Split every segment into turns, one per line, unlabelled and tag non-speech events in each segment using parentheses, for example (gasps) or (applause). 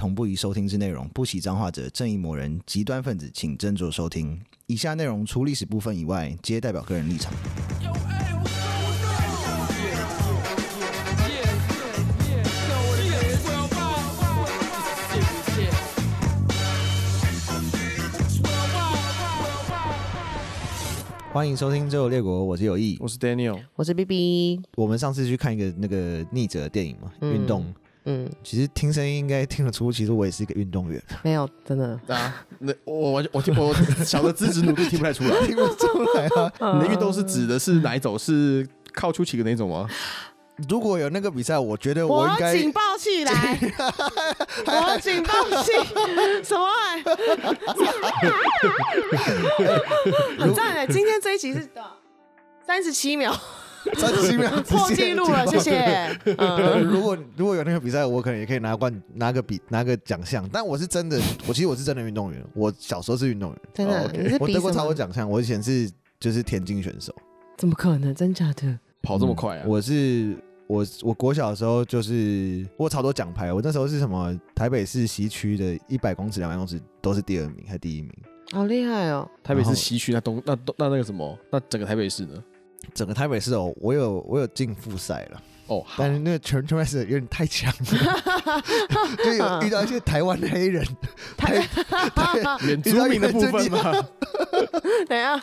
同步于收听之内容，不喜脏话者、正义魔人、极端分子，请斟酌收听。以下内容除历史部分以外，皆代表个人立场。欢迎收听《周游列国》，我是有意。
我是 Daniel，
我是 B B，
我们上次去看一个那个逆者的电影嘛，
嗯
运动。
嗯，
其实听声音应该听得出，其实我也是一个运动员，
没有，真的，
啊，那我完全我听我小的资质努力听不太出
(laughs)
来。
听不出来啊。
你的运动是指的是哪一种？是靠出旗的那种吗？
如果有那个比赛，我觉得
我
应
要
该
警报器 (laughs) 来，我要警报器，什 (laughs) 么玩意儿？很赞哎！今天这一集是三十七秒，
三十秒直接
(laughs) 破纪录了，谢。 (laughs) 谢。
(laughs) 呃
嗯，
如果如果有那个比赛，我可能也可以拿冠拿个比拿个奖项。但我是真的，我其实我是真的运动员，我小时候是运动员，
真
哦
的，
，OK
你是
我
比
得过
什
超
么
过？奖项。我以前是就是田径选手，嗯
怎么可能？真假的？
跑这么快啊？
我是我我国小的时候就是我有超多奖牌，我那时候是什么台北市西区的一百公尺、两百公尺都是第二名还第一名，
好厉害哦！
台北市西区那东那东那那个什么，那整个台北市呢？
整个台北市哦，我有我有进复赛了。
哦，好
但，是那个全圈外是有点太强了，
(laughs)
就有遇到一些台湾的黑人，台
原住民的部分吗？
等一下，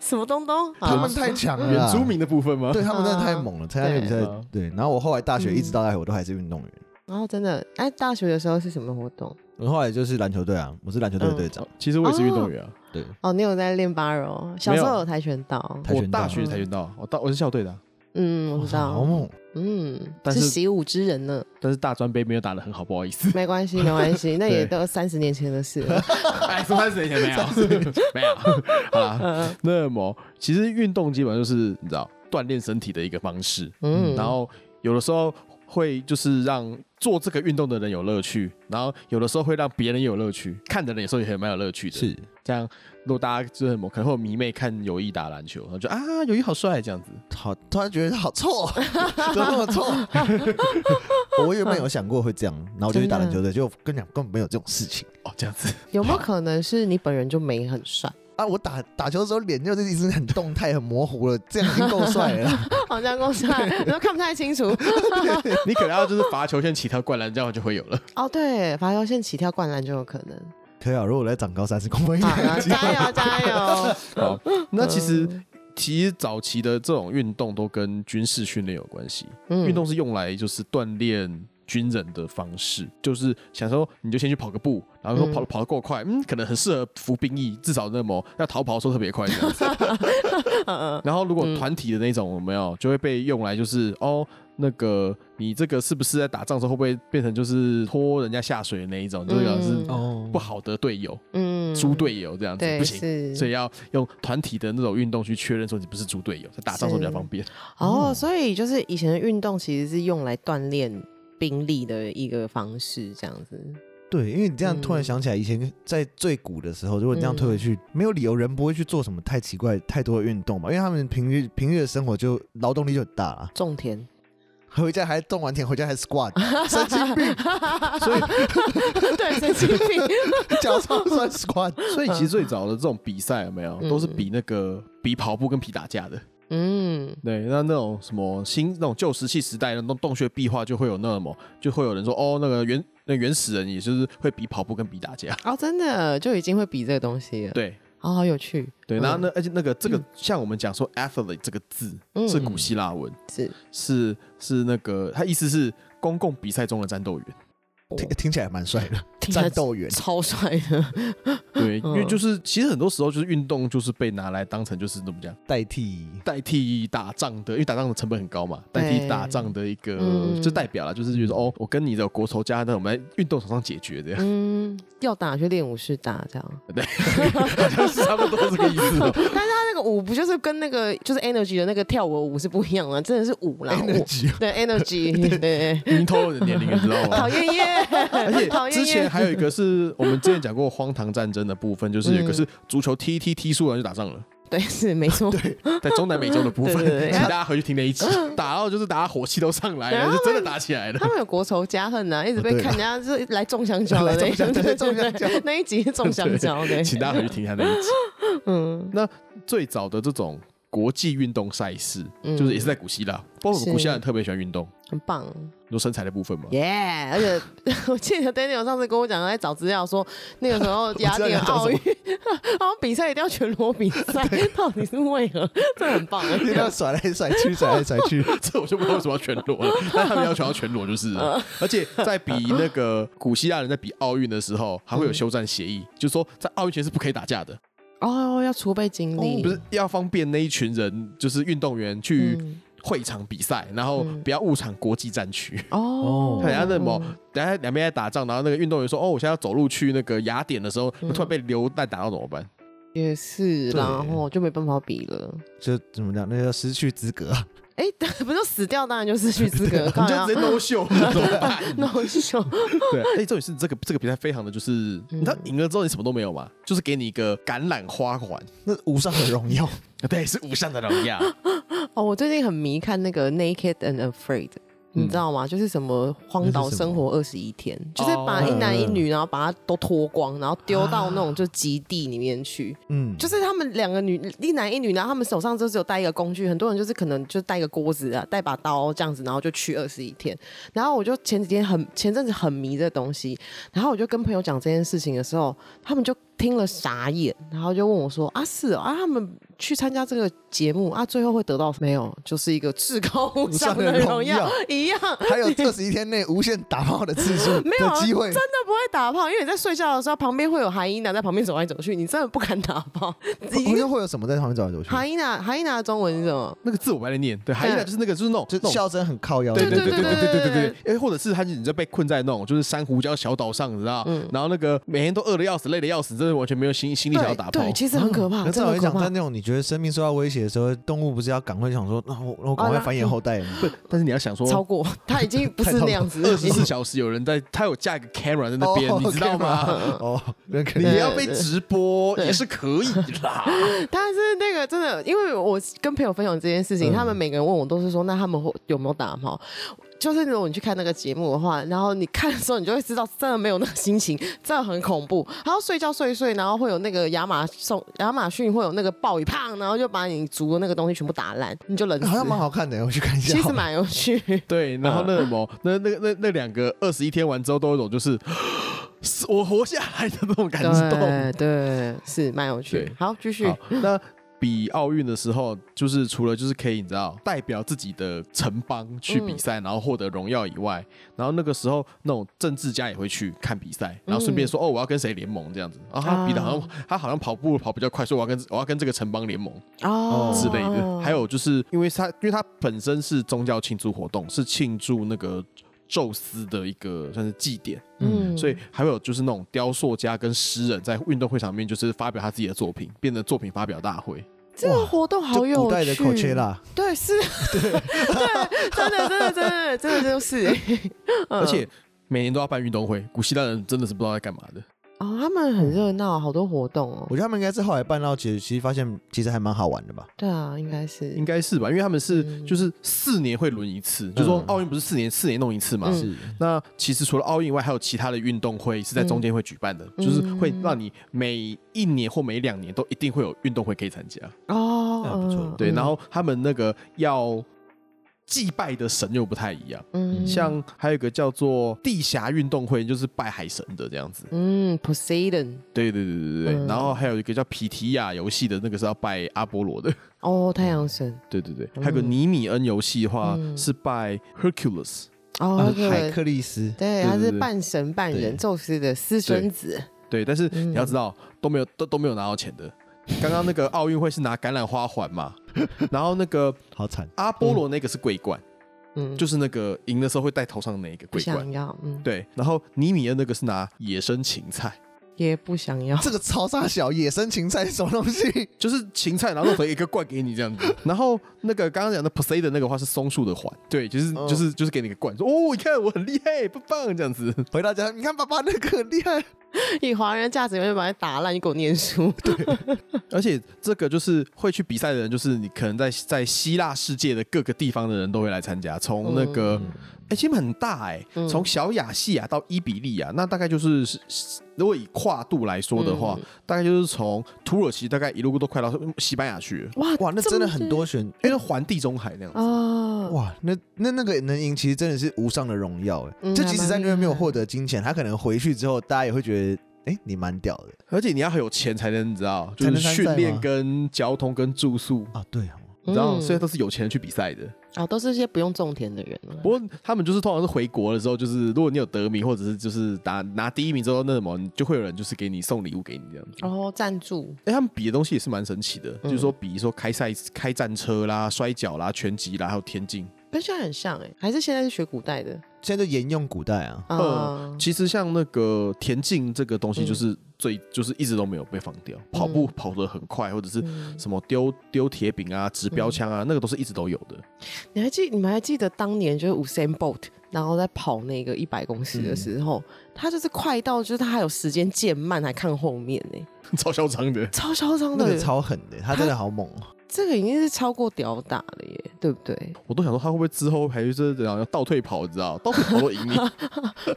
什么东东？
他
(laughs) 好啊嗯
们太强了啦，
(laughs) 原住民的部分吗？
对他们真的太猛了，参加那个比
对
赛
啊，
对。然后我后来大学一直到大学我都还是运动员，
然后真的，哎，大学的时候是什么活动？
我后来就是篮球队啊，我是篮球队的队
嗯
长
哦，其实我也是运动员啊，
对，
哦，你有在练八柔？小时
没
候
有
有跆拳道？
跆
我
拳道
大学跆拳道，我大我是校队的啊，
嗯，我知
哇好
道。
猛，
嗯，
但
是
是
习武之人呢，。
但是大专杯没有打得很好，不好意思
没关系，没关系，那也
对
都三十年前的事了。
(laughs) 哎，说三十年前没有， (laughs) 没有好啦，
嗯
那么其实运动基本上就是你知道锻炼身体的一个方式，
嗯，
然后有的时候会就是让做这个运动的人有乐趣，然后有的时候会让别人也有乐趣，看的人有时候也很蛮有乐趣的。
是
这样，如果大家就是很可能会有迷妹看友谊打篮球，然后就啊友谊好帅这样子。
好，突然觉得好臭哦，怎么那么臭？我原本有想过会这样，然后我就去打篮球队，就跟你讲根本没有这种事情
哦，这样 (laughs) 子，
有没有可能是你本人就没很帅？ (laughs)
啊！我打打球的时候脸就是一直很动态、很模糊了，这样已经够帅了。
好像够帅，
(laughs)
你都看不太清楚。
你可能要就是罚球线起跳灌篮，这样就会有了。
哦，对，罚球线起跳灌篮就有可能。
可以啊，如果我再长高三十公分一
好，
点，
(laughs)
然后加油加油！
好，那其实其实早期的这种运动都跟军事训练有关系，
嗯
运动是用来就是锻炼军人的方式，就是想说你就先去跑个步，然后说
嗯
跑、跑得够快，嗯，可能很适合服兵役，至少那么要逃跑的时候特别快这样子。
嗯
然后如果团体的那种有没有，就会被用来就是哦。那个，你这个是不是在打仗的时候会不会变成就是拖人家下水的那一种？就是
嗯
是
哦
不，好的队友、
嗯
猪队友这样子，
对
不行，
是
所以要用团体的那种运动去确认说你不是猪队友，在打仗的时候比较方便。
哦，
嗯
所以就是以前的运动其实是用来锻炼兵力的一个方式，这样子。
对，因为你这样
嗯
突然想起来，以前在最古的时候，如果你这样退回去，没有理由人不会去做什么太奇怪、太多的运动嘛，因为他们平日平日的生活就劳动力就很大了，
种田，
回家还种完田，回家还 squat，神经病，
所以
(laughs) 对，神经
(laughs)
病。
脚超酸 squat，
所以其实最早的这种比赛有没有，
嗯
都是比那个比跑步跟比打架的。
嗯，
对，那那种什么新那种旧石器时代那种洞穴壁画，就会有那什么，就会有人说哦，那个原那原始人也就是会比跑步跟比打架。
哦，真的就已经会比这个东西了，
对
哦，好有趣。
对，
嗯
然后那而且那个这个像我们讲说 athlete 这个字
嗯
是古希腊文，
是
是是那个它意思是公共比赛中的战斗员。
听听起来蛮帅的，
(laughs) 听起来
战斗员，
超帅的，
对，因
嗯
为就是其实很多时候就是运动就是被拿来当成就是怎么讲，
代替
代替打仗的，因为打仗的成本很高嘛，
对
代替打仗的一个、
嗯
就代表了，就是觉得哦，我跟你的国仇家恨，我们在运动场上解决 (laughs) 这样，
嗯，要打就练武士打这样。
好像是差不多这个意
(laughs)
思、哦。
但是他那个舞不就是跟那个就是 energy 的那个跳舞的舞是不一样的，真的是舞啦，舞
(laughs) energy
对 energy，对对，
已经透露你的年龄，你知道
讨
吗？
厌耶，
而且
(laughs) 讨厌
之前
耶，
还有
嗯
一个是我们之前讲过荒唐战争的部分，就是有一个是足球踢一踢踢输了就打仗了，
对，是没错。
对，
在中南美洲的部分，
对对对
请大家回去听那
(laughs)
一集，打到就是大家火气都上来
对然
了，
后
是真的
他们
打起来了
他。们有国仇家恨啊呐，一直被
哦对
看人家是来种香蕉的
来
那
种香蕉
对对
种香蕉
对那一集是种香蕉，对，
请大家回去听一下那一集。
(laughs) 嗯，
那最早的这种国际运动赛事，
嗯
就是也是在古希腊，包括
是
古希腊人特别喜欢运动，
很棒，
你说身材的部分嘛。
耶！而且 (laughs) 我记得 Daniel 上次跟我讲，在找资料说那个时候雅典奥运， (laughs) 好像比赛一定要全裸比赛，到底是为何？ (laughs) 这很棒，欸
因为他甩来甩去，甩来甩去，
(laughs) 这我就不知道为什么要全
(laughs)
裸了，但他们要求要全裸就是
嗯
了，而且在比那个古希腊人在比奥运的时候，还会有休战协
嗯
议，就是说在奥运前是不可以打架的，
哦，要储备精力，
不是要方便那一群人就是运动员去
哦嗯
会场比赛，然后不要误闯国际战区。
哦，
看人家那么，等下两边在打仗，然后那个运动员说：“哦，我现在要走路去那个雅典的时候，
嗯
突然被流弹打到怎么办
也是，
对
然后就没办法比了。
就怎么讲，那叫失去资格啊。 (laughs)
哎，对 (laughs) 不就死掉，当然就失去资格，？”
啊你
当
(laughs) 就
然
直接 no 秀，怎么办？
(laughs) 那我是说，
对，而且重点是这个这个比赛非常的就是，
嗯
你知道赢了之后你什么都没有嘛，就是给你一个橄榄花环，
那无上的荣
(laughs)
耀，
(laughs) 对，是无上的荣耀。
哦，我最近很迷看那个《Naked and Afraid》。你知道吗？就是什么荒岛生活二十一天，就是把一男一女，然后把他都脱光，然后丢到那种就极地里面去。
嗯，
就是他们两个女，一男一女，然后他们手上就只有带一个工具，很多人就是可能就带一个锅子啊，带把刀这样子，然后就去二十一天。然后我就前几天很前阵子很迷这东西，然后我就跟朋友讲这件事情的时候，他们就听了傻眼，然后就问我说：“啊，是哦、啊，他们去参加这个节目啊，最后会得到没有？就是一个至高无上的荣耀
无上的荣耀
(laughs) 一样。” (laughs)
还有二十一天内无限打炮的次数
没有啊
的机会
真，的不会打炮，因为你在睡觉的时候，旁边会有海伊娜在旁边走来走去，你真的不敢打炮。已
不是会有什么在旁边走来走去？
海伊娜，海伊娜的中文是什么？
(laughs) 那个字我没来念，对，还有一个就是那个就是那种
就
那种。
笑声很靠腰，
对对
对对
对对
对
对对
对
对
对
对对，哎，或者是他你就被困在那种就是珊瑚礁小岛上，你知道？
嗯
然后那个每天都饿的要死，累的要死，真的完全没有心心力想要打
对
炮。
对，其实很可怕，
可是
啊真
我
的
跟你
可
讲，
怕
啊在。那种你觉得生命受到威胁的时候，动物不是要赶快想说，那、我那我赶快繁衍后代吗？
不，但是你要想说，
(laughs)
超过他已经不是那样子了，(laughs)
二十四小时有人在，他有架一个 camera 在那
嗯
边，
哦
你知道吗？
哦，那肯
你
定
要被直播
对
也是可以啦。
但是那个真的，因为我跟朋友分享这件事情，
嗯
他们每个人问我都是说，那他们会有没有打炮？就是如果你去看那个节目的话，然后你看的时候，你就会知道真的没有那个心情， (laughs) 真的很恐怖。然后睡觉睡一睡，然后会有那个亚马送亚马逊会有那个暴雨胖，然后就把你足的那个东西全部打烂，你就冷死。
哎好像蛮好看的，我去看一下。
其实蛮有
(laughs)
趣。
(laughs) 对，然后那什么，那那那那两个二十一天完之后，都有一种就是 (gasps) 是我活下来的那种感动。
对对，是蛮有趣
对。
好，继续
好。，那比奥运的时候，就是除了就是可以你知道代表自己的城邦
嗯
去比赛，然后获得荣耀以外，然后那个时候那种政治家也会去看比赛，
嗯
然后顺便说、哦，我要跟谁联盟这样子。然后
啊
他比的好像、他好像跑步跑比较快，所以我要跟我要跟这个城邦联盟。
哦
之类的。还有就是，因为它因为它本身是宗教庆祝活动，是庆祝那个宙斯的一个算是祭典，
嗯
所以还会有就是那种雕塑家跟诗人在运动会场面就是发表他自己的作品，变成作品发表大会。
这个活动好
就
有
古代的
趣。
口切啦，
对，
(laughs)
是，对，真的，真的，真的，真的就是，嗯
(laughs) 而且每年都要办运动会，古希腊人真的是不知道在干嘛的。
哦，他们很热闹，好多活动哦
我。觉得他们应该是后来办到，其实其实发现其实还蛮好玩的吧。
对啊，应该是
应该是吧，因为他们是
嗯
就是四年会轮一次，就说奥运不是四年四年弄一次嘛。
嗯
是
那其实除了奥运以外，还有其他的运动会是在中间会举办的，
嗯
就是会让你每一年或每两年都一定会有运动会可以参加。
哦，
那不错
嗯
啊对，然后他们那个要祭拜的神又不太一样，
嗯
像还有一个叫做地峡运动会，就是拜海神的这样子。
嗯，Poseidon，
对对对对对对，
嗯
然后还有一个叫皮提亚游戏的，那个是要拜阿波罗的。
哦，太阳神，
对对对，还有个尼米恩游戏的话、
嗯
是拜 Hercules。
哦
啊，
那
海
个
克力斯
对，
对
他是
对对
半神半人，
对
宙斯的私生子，
对，但是
嗯
你要知道、都没有都都没有拿到钱的。刚刚那个奥运会是拿橄榄花环
(laughs)
嘛，然后那个
好惨，
阿波罗那个是桂冠，
嗯，
就是那个赢的时候会戴头上那一个
不
桂冠
想。要，嗯，
对，然后尼米恩那个是拿野生芹菜，
也不想
(laughs)
要。(laughs)
这个超傻小野生芹菜是什么东西？ (laughs)
就是芹菜，然后弄成一个罐给你这样 (laughs) 子。然后那个刚刚讲的 Poseidon 那个话是松树的环，哦对，就是
嗯
就是就是给你个罐，说哦，你看我很厉害，棒棒这样子。
回到家，你看爸爸那个很厉害，
以华人的价值观就把它打烂，你给我念书。
(laughs) 而且这个就是会去比赛的人，就是你可能在在希腊世界的各个地方的人都会来参加，从那个哎、其实很大哎、
嗯
从小亚细亚到伊比利亚，那大概就是是如果以跨度来说的话，大概就是从土耳其大概一路都快到西班牙去了，
哇
哇，那真的很多选，
嗯
因为环地中海那样子。
啊！
哇，那那那个能赢，其实真的是无上的荣耀哎、
嗯
就即使在那边没有
还蛮厉害
获得金钱，他可能回去之后，大家也会觉得，哎、你蛮屌的
而且你要很有钱才能，你知道，就
才能
是
参赛吗
训练跟交通跟住宿，
啊，对哦。
你知道，
嗯
所以都是有钱人去比赛的。
哦，都是一些不用种田的人啊。
不过他们就是通常是回国的时候，就是如果你有得名或者是就是拿拿第一名之后，那什么，你就会有人就是给你送礼物给你这样子。
哦
然后哦赞助，
哎、他们比的东西也是蛮神奇的，
嗯
就是说比说开赛、开战车啦、摔跤啦、拳击啦，还有田径。
跟现在很像哎、还是现在是学古代的
现在就沿用古代啊，
啊、
嗯，其实像那个田径这个东西，就是
嗯
最、就是一直都没有被放掉。跑步跑得很快，或者是
嗯
什么丢丢铁饼啊、掷标枪
嗯
啊，那个都是一直都有的。
你还记你们还记得当年就是 Usain Bolt，然后在跑那个一百公尺
嗯
的时候，他就是快到就是他还有时间渐慢，还看后面呢、
超嚣张的。
超嚣张
那
的
个，超狠的，他真的好猛哦、
这个已经是超过吊打了耶，对不对？ (laughs)
我都想说他会不会之后还是这样要倒退跑，你知道？倒退跑都赢 (laughs) 你，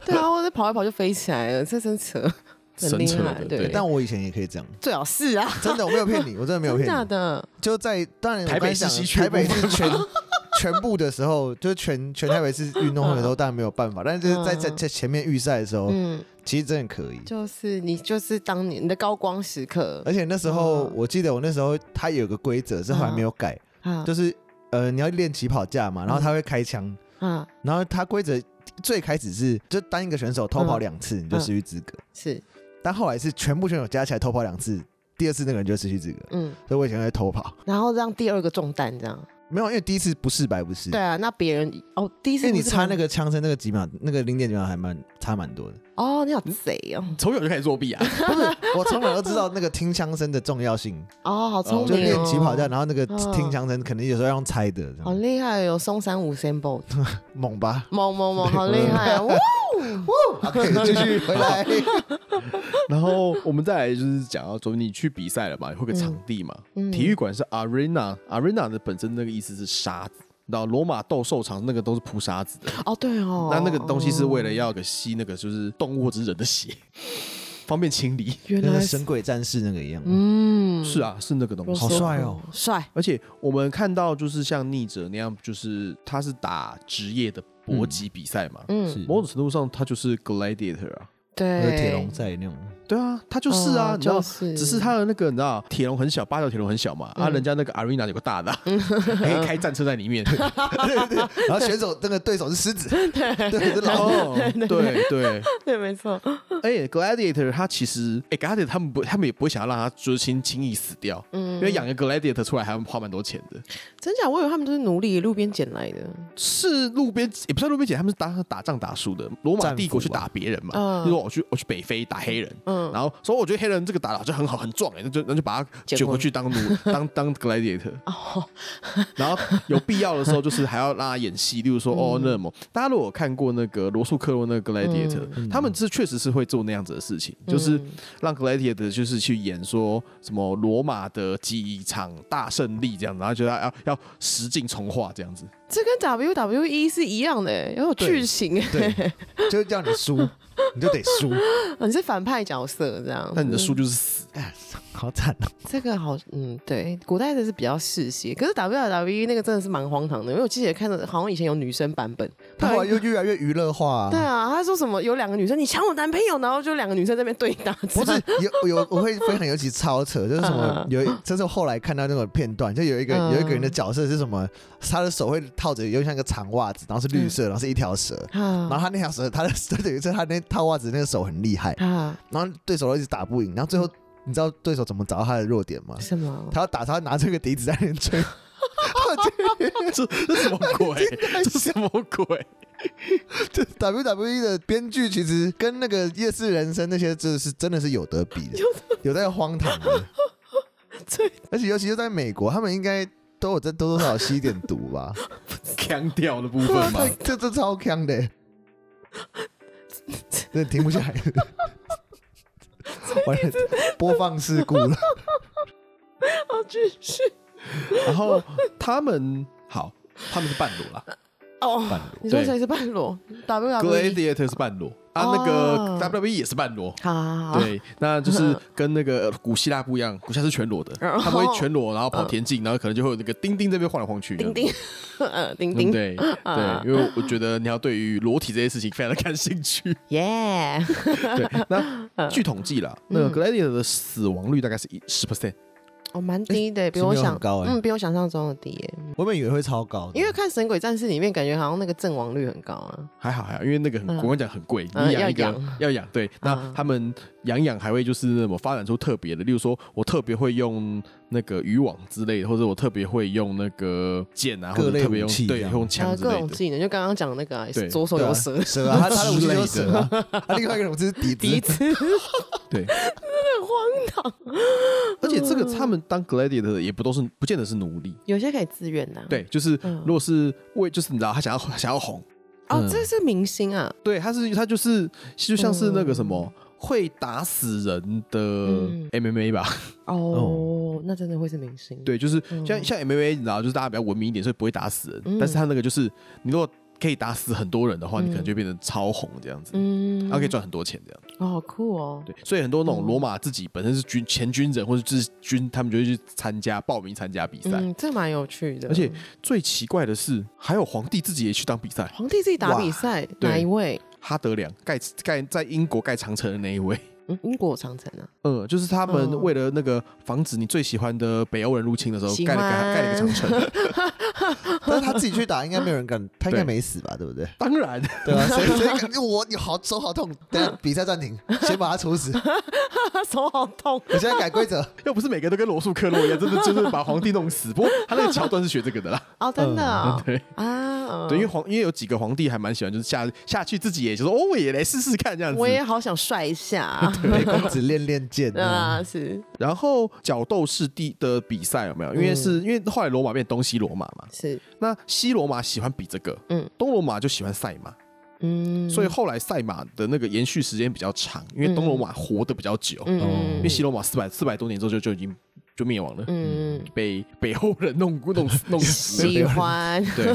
对啊，或者跑一跑就飞起来了，这真扯，很
神
厉
扯
害，
的。对，
但我以前也可以这样，
最好是啊，
真的，我没有骗你，我真的没有
真
骗
假
你。哦
的，
就在当然我
台北
刚才讲
市西区
台北
的部
市全 (laughs) 全部的时候，就是全全台北市运动会的时候，当然没有办法，但是就是在在在前面预赛的时候，
嗯，
其实真的可以。
就是你就是当年你的高光时刻
而且那时候
嗯
我记得我那时候他有个规则是后来没有改，
啊
就是呃你要练起跑架嘛，然
嗯
后他会开枪，
啊，
然后他规则最开始是就单一个选手偷跑两
嗯
次你就失去资格，
是，
但后来是全部选手加起来偷跑两次，第二次那个人就失去资格，
嗯，
所以我以前会偷跑。
然后让第二个中弹这样，
没有，因为第一次不是白不是，
对啊，那别人哦，第一
因
次
为嗯哎你
不是
差那
蛮
个枪声那个几秒，那个零点几秒还蛮差蛮多的。
哦，你好贼哦，
嗯
从小就开始作弊啊！
不是，我从小都知道那个听枪声的重要性，
哦， (laughs) 好聪
哦
就
明
练
哦，
起跑架，然后那个
哦
听枪声可能有时候要用猜的，这
好
样
厉害哦，松山五 symbol，
猛
(laughs)
吧？
某某某，好厉害
(laughs)
啊，哇，
可以继续回来。
(laughs) 然后我们再来就是讲到说，你去比赛了嘛，会有个场地嘛，
嗯
体育馆是 arena，arena 的本身那个意思是沙子。然后罗马斗兽场那个都是铺沙子的，
哦对哦，
那那个东西是为了要个吸那个就是动物或者是人的血， (laughs) 方便清理。
原
(laughs) 那
来
个
是
神鬼战士那个一样，
嗯，
是啊，是那个东西。
好帅哦，
帅，
而且我们看到就是像逆者那样，就是他是打职业的搏击比赛嘛，
嗯，
某种程度上他就是 gladiator 啊，
那
对，
个铁笼赛那
(laughs)
种。
对啊，他就是啊，
哦
你知道，
就是
只是他的那个你知道铁笼很小，八角铁笼很小嘛，啊，人家那个 arena 有个大的啊，可以开战车在里面，
对对，对然后选手那个对手是狮子，对，
(laughs)
是老虎。
哦，对对，
对，
(laughs)
没错，
而且 gladiator 他其实，哎，gladiator 他们不，他们也不会想要让他就是轻轻易死掉，因为养个 gladiator 出来还要花蛮多钱的，
真假？我以为他们都是奴隶，路边捡来的。
是路边也不算路边捡，他们是打打仗打输的。罗马帝国去打别人嘛，
啊嗯
就说我去我去北非打黑人，
嗯
然后所以我觉得黑人这个打得好像很好很壮哎、那就那就把他
结
卷
婚
回去当奴当当 gladiator，
哦，
(laughs) 然后有必要的时候就是还要让他演戏，例如
嗯
说、哦那么大家如果有看过那个罗素克洛那个 gladiator，、他
嗯
们是确实是会做那样子的事情，就是让 gladiator 就是去演说什么罗马的几场大胜利这样子，然后就要要要实境重画这样子。
这跟 WWE 是一样的欸，也有剧情欸， (laughs)
对，就是叫你输，你就得输，
你是反派角色这样。
但你的书就是死。 (laughs)
哎好惨哦！
这个好，嗯，对，古代的是比较嗜血，可是 WWE 那个真的是蛮荒唐的，因为我记得看到好像以前有女生版本，
他后来又越来越娱乐化啊。
对啊，他说什么有两个女生你抢我男朋友，然后就两个女生在那边对打，
不是有有我会分享尤其超扯，就是什么有一，这是我后来看到那种片段，就有一个
嗯
有一个人的角色是什么，他的手会套着有点像个长袜子，然后是绿色，然后是一条蛇，然后
啊
他那条蛇，他的就等于是他那套袜子那个手很厉害，
啊
然后对手都一直打不赢，然后最后你知道对手怎么找到他的弱点吗？
什么？
他要打他拿这个笛 (laughs) 子在那边吹，
(laughs)
这这什么鬼？这什么鬼？
WWE E 的编剧其实跟那个夜市人生那些，真的是真的是有得比的，有在荒唐的。
对，
而且尤其是在美国，他们应该都有在多多少少吸一点毒吧？
腔调的部分嘛
太，这这超强的，真的停不下来。完了，播放事故了。
哦，继续
然后他们好，他们是半裸啦，
哦。
半裸。
你说
对
谁是半裸？WWE。
Gladiator 是半裸啊，那
哦啊嗯
个 WWE 也是半裸。
好好好好，
对，那就是跟那个呃古希腊不一样，古希腊是全裸的，
然后
他们会全裸，然后跑田
嗯
径，然后可能就会有那个丁丁这边晃来晃去。
丁丁，呃，丁
嗯，
丁，
对
啊
对，因为我觉得你要对于裸体这件事情非常的感兴趣。
耶， (laughs)
对，那据统计啦，
嗯
那个 Gladiator 的死亡率大概是一十 percent，
哦，蛮低的，
其
比
实
我
没有很
想
高欸嗯
嗯，比我想象中的低耶。
我们以为会超高的，
因为看《神鬼战士》里面，感觉好像那个阵亡率很高啊。
还好还好，因为那个很，
嗯
我跟你讲很贵，
嗯
你养一个
要养
要养，对，那
嗯
他们养养还会就是那种发展出特别的，例如说我特别会用那个渔网之类的，或者我特别会用那个剑啊，
各
或者
类
特别用
武器
对
这样
用
然
枪
后
之
啊各
类
种
的，
技能，就刚刚讲的那个啊
对
左手
对啊
有蛇、
蛇啊，他他的武器就是
之类
蛇
的
啊，他另外一个武器是笛
(laughs) 笛
子。
子，
对。
嗯荒唐。
而且这个他们当 gladiator 的也不都是不见得是奴隶，
有些可以自愿的、啊。
对，就是
嗯
如果是为就是你知道他想要想要红，
哦，
嗯
这是明星啊，
对，他是他就是就像是那个什么。会打死人的
嗯
MMA 吧？
哦，那真的会是明星。，
对，就是像
嗯
像 MMA，你知道，就是大家比较文明一点，所以不会打死人。
嗯
但是他那个就是，你如果可以打死很多人的话，
嗯
你可能就会变成超红这样子，
嗯
然后可以赚很多钱这样。
哦，好酷哦。
对，所以很多那种罗马自己本身是军前军人或者是军，他们就会去参加报名参加比赛。
嗯，这蛮有趣的。
而且最奇怪的是，还有皇帝自己也去当比赛，
皇帝自己打比赛，
对
哪一位？
哈德良盖盖在英国盖长城的那一位。
嗯，英国长城啊，
嗯，就是他
嗯
们为了那个防止你最喜欢的北欧人入侵的时候，
喜
盖了个
欢
盖了个长城。
(laughs)
但是他自己去打，应该没有人敢，他应该
对
没死吧？对不对？
当然，
对 (laughs) 啊，谁谁敢我你好手好痛，等下比赛暂停，先把他处死。
(laughs) 他手好痛。
我现在改规 (laughs) 则，
又不是每个都跟罗素克洛一样，
(laughs)
真的就是把皇帝弄死。不过他那个桥段是学这个的啦。
哦，真的哦
(laughs) 对
啊，嗯
嗯对，因为皇因为有几个皇帝还蛮喜欢，就是下下去自己也就说哦，我也来试试看这样子
我。也好想帅一下
(laughs)
啊
美公子练练
(laughs)
剑
嗯
啊。
啊，是
然后角斗士第的比赛有没
嗯
有？因为是、因为后来罗马变东西罗马嘛，
是，
那西罗马喜欢比这个，
嗯
嗯，东罗马就喜欢赛马，
嗯，
所以后来赛马的那个延续时间比较长，因为东罗马活得比较久，
嗯
因为西罗马四百四百多年之后就就已经就灭亡了，
嗯，
被北欧人弄弄死弄死了。
喜欢，
(laughs) 对，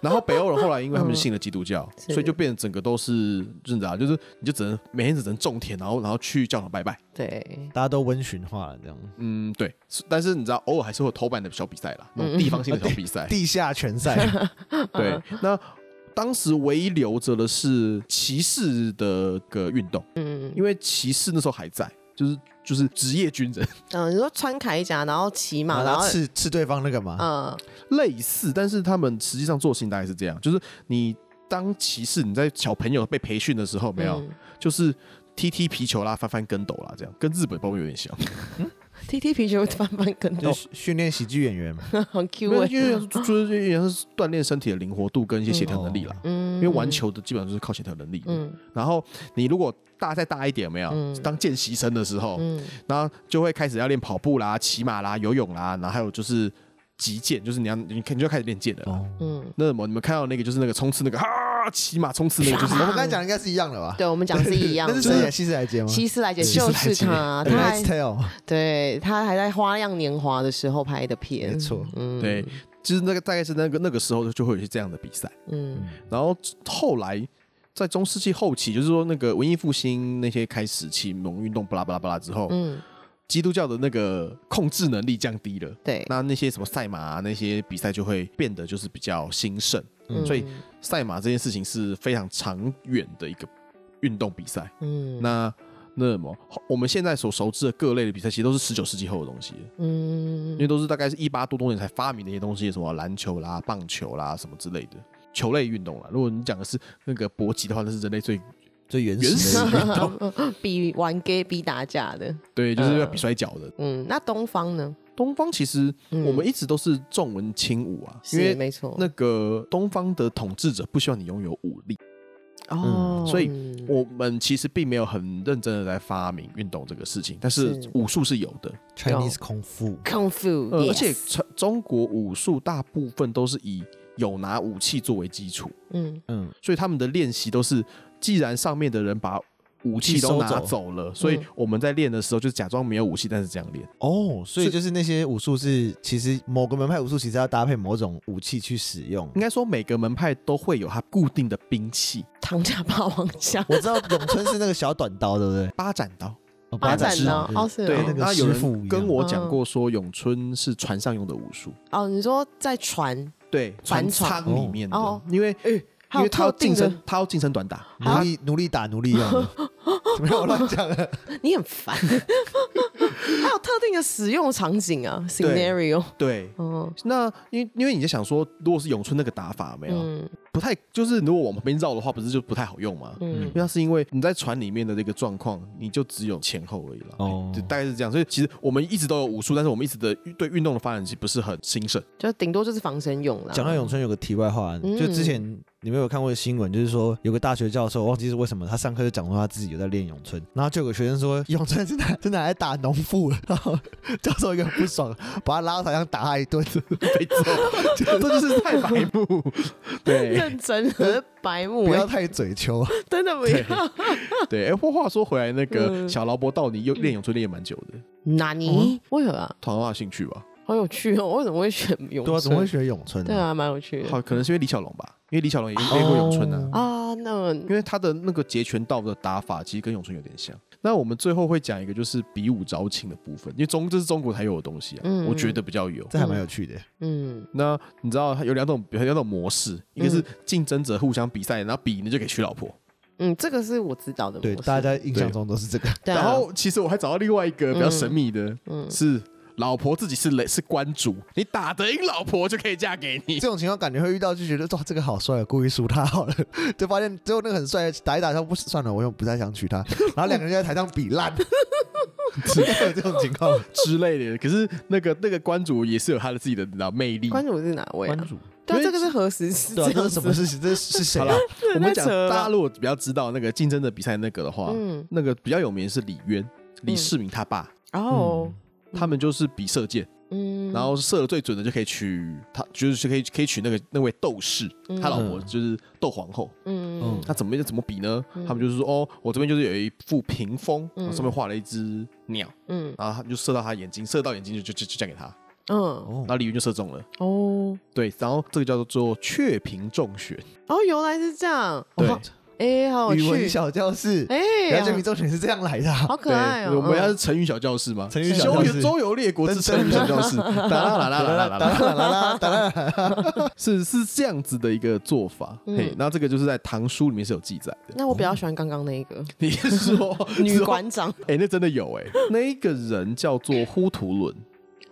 然后北欧人后来因为他们信了基督教，
嗯是
所以就变成整个都是认啊，就是你就只能每天只能种田，然后然后去教堂拜拜。
对，
大家都温驯化了，这样。
嗯，对。是但是你知道，偶尔还是会有偷版的小比赛啦，那
嗯
种地方性的小比赛。
地下拳赛，
对，那当时唯一留着的是骑士的个运动，
嗯
因为骑士那时候还在，就是就是职业军人，
嗯，你说穿铠甲，然后骑马，
然
然后
后刺刺对方那个嘛，
嗯
类似，但是他们实际上做事情大概是这样，就是你当骑士，你在小朋友被培训的时候，没有，
嗯
就是踢踢皮球啦，翻翻跟斗啦，这样跟日本包有
(laughs)
点像，
踢踢皮球翻翻跟
就
斗，
是训练喜剧演员
(laughs)
嘛。
很
因
Q
为
哎，
因为就是也是锻炼身体的灵活度跟一些协调能力啦。
嗯，
因为玩球的基本上就是靠协调能力，
嗯，
然后你如果大再大一点，有没有、
嗯
当见习生的时候，
嗯，
然后就会开始要练跑步啦、骑马啦、游泳啦，然后还有就是击剑，就是你要你肯定就要开始练剑了啦。
哦，
嗯，
那什么，你们看到那个就是那个冲刺那个啊，骑马冲刺那个就是哦
我们刚才讲的应该是一样的吧？
对，我们讲是
(laughs)
一样
那
的
是。谁啊演西斯来接吗哎
西斯莱杰
西斯
就
莱
是
杰
他，他还
？Nice Tale，
对他还在《花样年华》的时候拍的片，
没错
嗯，
对，就是那个大概是那个那个时候就会有一些这样的比赛。
嗯
然后后来在中世纪后期，就是说那个文艺复兴那些开始启蒙运动巴拉巴拉巴拉之后，
嗯，
基督教的那个控制能力降低了，
对，
那那些什么赛马、啊、那些比赛就会变得就是比较兴盛，
嗯
所以赛马这件事情是非常长远的一个运动比赛。
嗯
那那么我们现在所熟知的各类的比赛，其实都是十九世纪后的东西了，因
嗯
为都是大概是一八多多年才发明的一些东西，什么篮球啦、棒球啦什么之类的球类运动啦。如果你讲的是那个搏击的话，那是人类最
最原
原
始
始
的
的
一个。
运
(laughs)
动，
比玩 gay 比打架的，嗯
对，就是要比摔跤的。
嗯，那东方呢？
东方其实
嗯
我们一直都是重文轻武啊，
是
因为
没错。
那个东方的统治者不希望你拥有武力，
哦，
所以
嗯
我们其实并没有很认真的来发明运动这个事情，但
是
是武术是有的，
Chinese
(laughs)
空腹，
Kung Fu，
呃
yes
而且中中国武术大部分都是以有拿武器作为基础，
嗯，
嗯，
所以他们的练习都是，既然上面的人把武器都拿
收走
走了，所以
嗯
我们在练的时候就假装没有武器，但是这样练。
哦，所以
是
就是那些武术是，其实某个门派武术其实要搭配某种武器去使用
嗯
应。该说每个门派都会有它固定的兵器，
唐家霸王枪，
我知道咏春是那个小短刀，对不对？
八斩刀。
哦
八
斩
师
呢？哦，是
对
跟
哦
那，个
那有
师傅一
人
样
跟我
嗯
讲过说，咏春是船上用的武术，
哦，你说在船，
对，
帆
船
船
舱里面的
哦，
因为
哎，还
因
有
为他要
特定
近
的
身，，他要近身短打，
啊
奴隶奴隶打奴隶用
(laughs)
的，没有我乱讲的。
你很烦，还有特定的使用场景啊，scenario，
对。
嗯
那因为因为你在想说，如果是咏春那个打法有没有，
嗯
不太就是如果往旁边绕的话，不是就不太好用吗？
嗯
因为它是因为你在船里面的这个状况，你就只有前后而已了。
哦
哦，就大概是这样。所以其实我们一直都有武术，但是我们一直的对运动的发展其实不是很兴盛。 (laughs)
就顶多就是防身用啦。
讲到咏春有个题外话，
嗯
就之前你们有看过新闻，就是说有个大学教授，我忘记是为什么，他上课就讲说他自己有在练咏春，然后就有个学生说咏春是拿是拿来打农妇的，然后 (laughs) 教授一个不爽，把他拉到台上打他一顿。
没错，这就是太白目。
(laughs)
对
认真和白目
不，要太嘴求，
(laughs) 真的不要。
对，哎，话话说回来，那个
嗯
小劳勃道尼又练咏春练蛮久的，
纳尼？为何啊？
同样的兴趣吧？
好有趣哦！我为什么会选咏春？
对啊，怎么会学咏春
对
呢？
啊，蛮有趣的
好，可能是因为李小龙吧，因为李小龙也练过咏春啊。
啊。那
因为他的那个截拳道的打法其实跟咏春有点像。那我们最后会讲一个就是比武招亲的部分，因为中这是中国才有的东西啊，
嗯
我觉得比较有。
这还蛮有趣的。
嗯，
那你知道有两种有两种模式，一个是
嗯
竞争者互相比赛，然后比你就可以娶老婆。
嗯，这个是我知道的模
对，
式。
大家印象中都是这个。
对啊，
然后其实我还找到另外一个比较神秘的，
嗯
是老婆自己是雷是关主，你打得赢老婆就可以嫁给
(laughs)
你。
这种情况感觉会遇到，就觉得哇，这个好帅，故意输他好了，就发现最后那个很帅，打一打他不算了，我又不太想娶她，然后两个人就在台上比烂，是有这种情况。
之类的，可是那个那个关主也是有他的自己的你知道魅力。
关主是哪位啊？
主，
对啊，
因为
这个是何时是
对
这
啊，这
样
是
子 (laughs)
什么？事情？这是谁
好
啊
了？，我们讲
太扯了
大啊家如果比较知道那个竞争的比赛那个的话，
嗯，
那个比较有名的是李渊、李世民他爸，
然后
他们就是比射箭，
哦嗯，
然后射的最准的就可以娶他，就是可以可以娶那个那位窦氏，
嗯
他老婆就是窦皇后。
嗯
那怎么怎么比呢？
嗯
他们就是说，哦，我这边就是有一副屏风，
嗯
然后上面画了一只鸟，
嗯
然后他们就射到他眼睛，射到眼睛就就就就嫁给他，
嗯
哦
然后李渊就射中了。
哦
对，然后这个叫做雀屏中选。
哦，原来是这样。
对
哦，哎，好
语
有
文
趣，
小教室，
哎
了，解民众选是这样来的啊。
好可
对
爱，哦。
我们
嗯
要是成语小教室嘛，
成语小教室
周游周游列国之成语小教室，哒啦啦啦啦啦
啦
啦啦，
啦啦啦啦啦，
是是这样子的一个做法。
嗯
嘿，那这个就是在唐书里面是有记载的。
那我比较喜欢刚刚那一个
(laughs) 你是
(laughs)
说
女馆长
哎、那真的有哎、那一个人叫做呼图伦，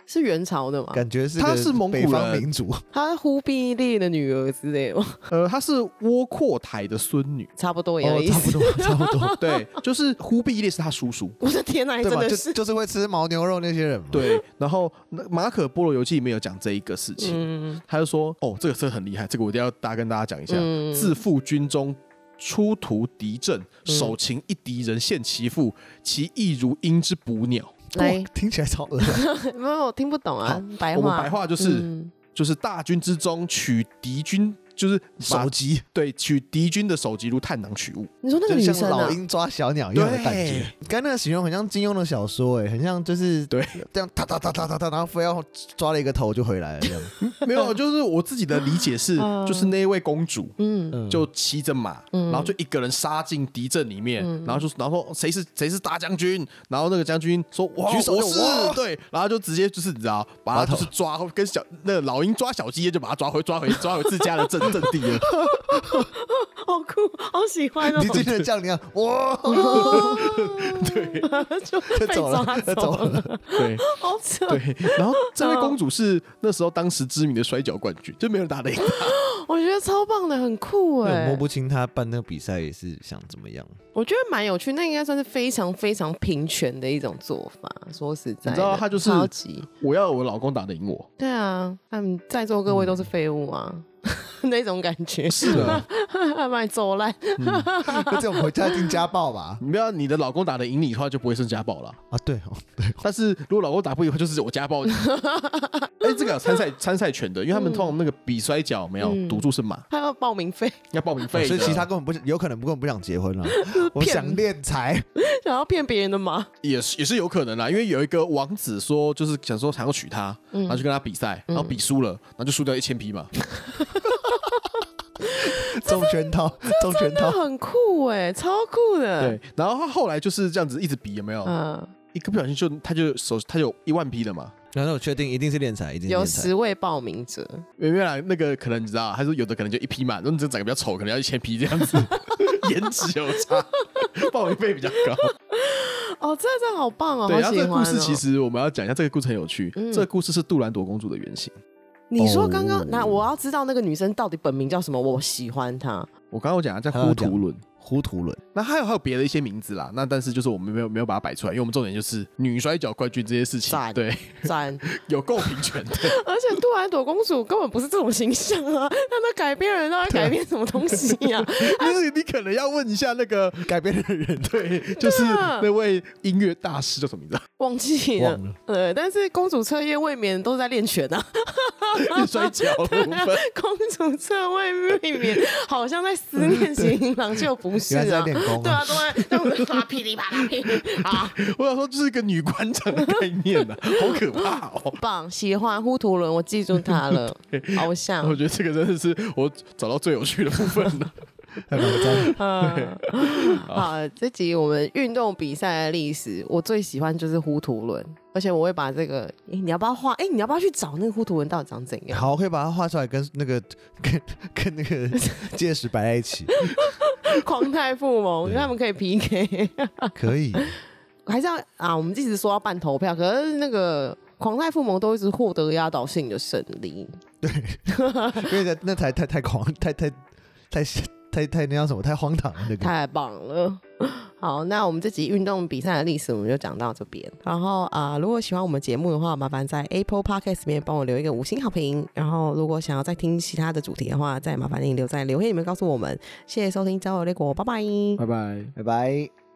是元朝的嘛？
感觉是
他
个
是蒙古
北方
人
民族，
她是忽必烈的女儿之类的吗，，
呃，她是窝阔台的孙
(laughs)
女哦
差不多也有
哦，
意
差不
思。
多差不多，
对，就是忽必烈是他叔叔。
(laughs) 我的天哪，
对
真
吧？
的，
就是就是会吃牦牛肉那些人嘛。
对，然后那马可波罗游记里面有讲这一个事情，
嗯
他就说，哦，这个车很厉害，这个我一定要大家跟大家讲一下。
嗯
自负军中，出图敌阵，手擒一敌人，现其腹，其意如鹰之捕鸟。
来
哇，听起来超恶心。
没有，我听不懂啊
好，
白
我们
话，
白话就是、
嗯
就是大军之中取敌军，就是把
手机，
对取敌军的首级如探囊取物。
你说那个
就
女
像
生啊
老，鹰抓小鸟一样的感觉
对。
刚才那个形容很像金庸的小说，哎，很像就是
对
这样哒哒哒哒哒哒，然后非要抓了一个头就回来了这
(laughs)
样。
没有，就是我自己的理解是，
嗯
就是那一位公主。
嗯
嗯
就骑着马，
嗯
然后就一个人杀进敌阵里面，
嗯
然后就然后说谁是谁是大将军，然后那个将军说哇
举手
我
就是哇
对，然后就直接就是你知道把
把
他
他
就是抓跟小那个老鹰抓小鸡，就把他抓回抓回抓回自家的阵阵地
(laughs)
了。
好酷，好喜欢
(laughs)
哦
你，今天的将领啊，哇，
(laughs) 就
就
被
走
抓
了，就走，了。
对
好扯，
对，然后这位公主是那时候当时知名的摔跤冠军，就没有人打得赢她。
我觉得超棒的，很酷
那
哎、
我摸不清他办那个比赛也是想怎么样。
(laughs) 我觉得蛮有趣，那应该算是非常非常平权的一种做法。说实在的，
你知道他就是
超级
我要我老公打得赢我，
对啊，他们在座各位
嗯
都是废物啊， (laughs) 那种感
(laughs)
觉，
是啊，
把你揍烂。
那这种回家一定家暴吧？
你不要你的老公打得赢你的话，就不会生家暴了。
啊，对哦，
但是如果老公打不赢，就是我家暴
(laughs)
你。哎、这个有参赛参赛权的，因为他们通常那个比摔跤有没有
嗯
赌注是马，
他要报名费，
要报名费的、
哦所以其实他根本不有可能根本不想结婚了。我
(laughs) 骗
想练财，
想要骗别人的马，
也是也是有可能啦，因为有一个王子说，就是想说想要娶她，
嗯
然后就跟她比赛，然后比输了，然后就输掉一千匹马。
中圈套，中
(laughs)
圈
那
套。
很酷哎、超酷的。，
对，然后他后来就是这样子一直比，有没有？
嗯，
一个不小心就他就手他有一万匹了嘛。
然后我确定一定是练财，一定是
有
练财
十。位报名者，
原原来那个可能你知道，他说有的可能就一匹马，如果你真的长得比较丑，可能要一千匹这
(laughs)
样子，颜值有差，报名费比较高。
哦，这这好棒哦，
对，
好
然后
喜
这
欢、
个
哦。
故事其实我们要讲一下，这个故事很有趣。
嗯
这个故事是杜兰朵公主的原型。
你说刚刚
哦
那我要知道那个女生到底本名叫什么，我喜欢她。
我刚刚有讲啊，叫呼图伦。
糊涂
(laughs)
人，
那还有还有别的一些名字啦，那但是就是我们没有没有把它摆出来，因为我们重点就是女摔跤冠军这些事情
赞，
对， (laughs)
赞！ (laughs)
有够平权 (laughs) 的。
而且杜兰朵公主根本不是这种形象啊，她都改编人，她
啊
在改编什么东西啊
(laughs)
呀、
但是你可能要问一下那个，
改变的人
对，就是那位音乐大师叫什么
(laughs)
名字啊？
忘记了
忘。了。
对，但是公主彻夜未眠都是在练拳啊，
摔跤的部分。
(laughs) 公主彻夜未眠好像在思念情郎，就不是
原来是在
啊。
练功
对
啊
啊，都在这样子啪噼里啪啦噼里啊，
我想说，这是一个女馆长的概念啊，好可怕哦！
棒！喜欢呼图伦，我记住他了，偶像。
我觉得这个真的是我找到最有趣的部分
(laughs)
了。
很夸张
嗯，好，这集我们运动比赛的历史，我最喜欢就是呼图伦，而且我会把这个，诶你要不要画？哎、你要不要去找那个呼图伦到底长怎
(laughs)
样？
好，我可以把它画出来，跟那个跟跟那个界石摆在一起，
狂太附萌，我觉得他们可以 PK，
可以。
还是要啊？我们一直说要办投票，可是那个狂太附萌都一直获得压倒性的胜利。
因为那那才太太狂，太太太太太那叫什么？太荒唐了那个。
太棒了！ (laughs) 好，那我们这集运动比赛的历史我们就讲到这边。然后啊、呃如果喜欢我们节目的话，麻烦在 Apple Podcast 里面帮我留一个五星好评。然后，如果想要再听其他的主题的话，再麻烦你留在留言里面告诉我们。谢谢收听《交流列国》，拜拜。
拜拜。
拜拜。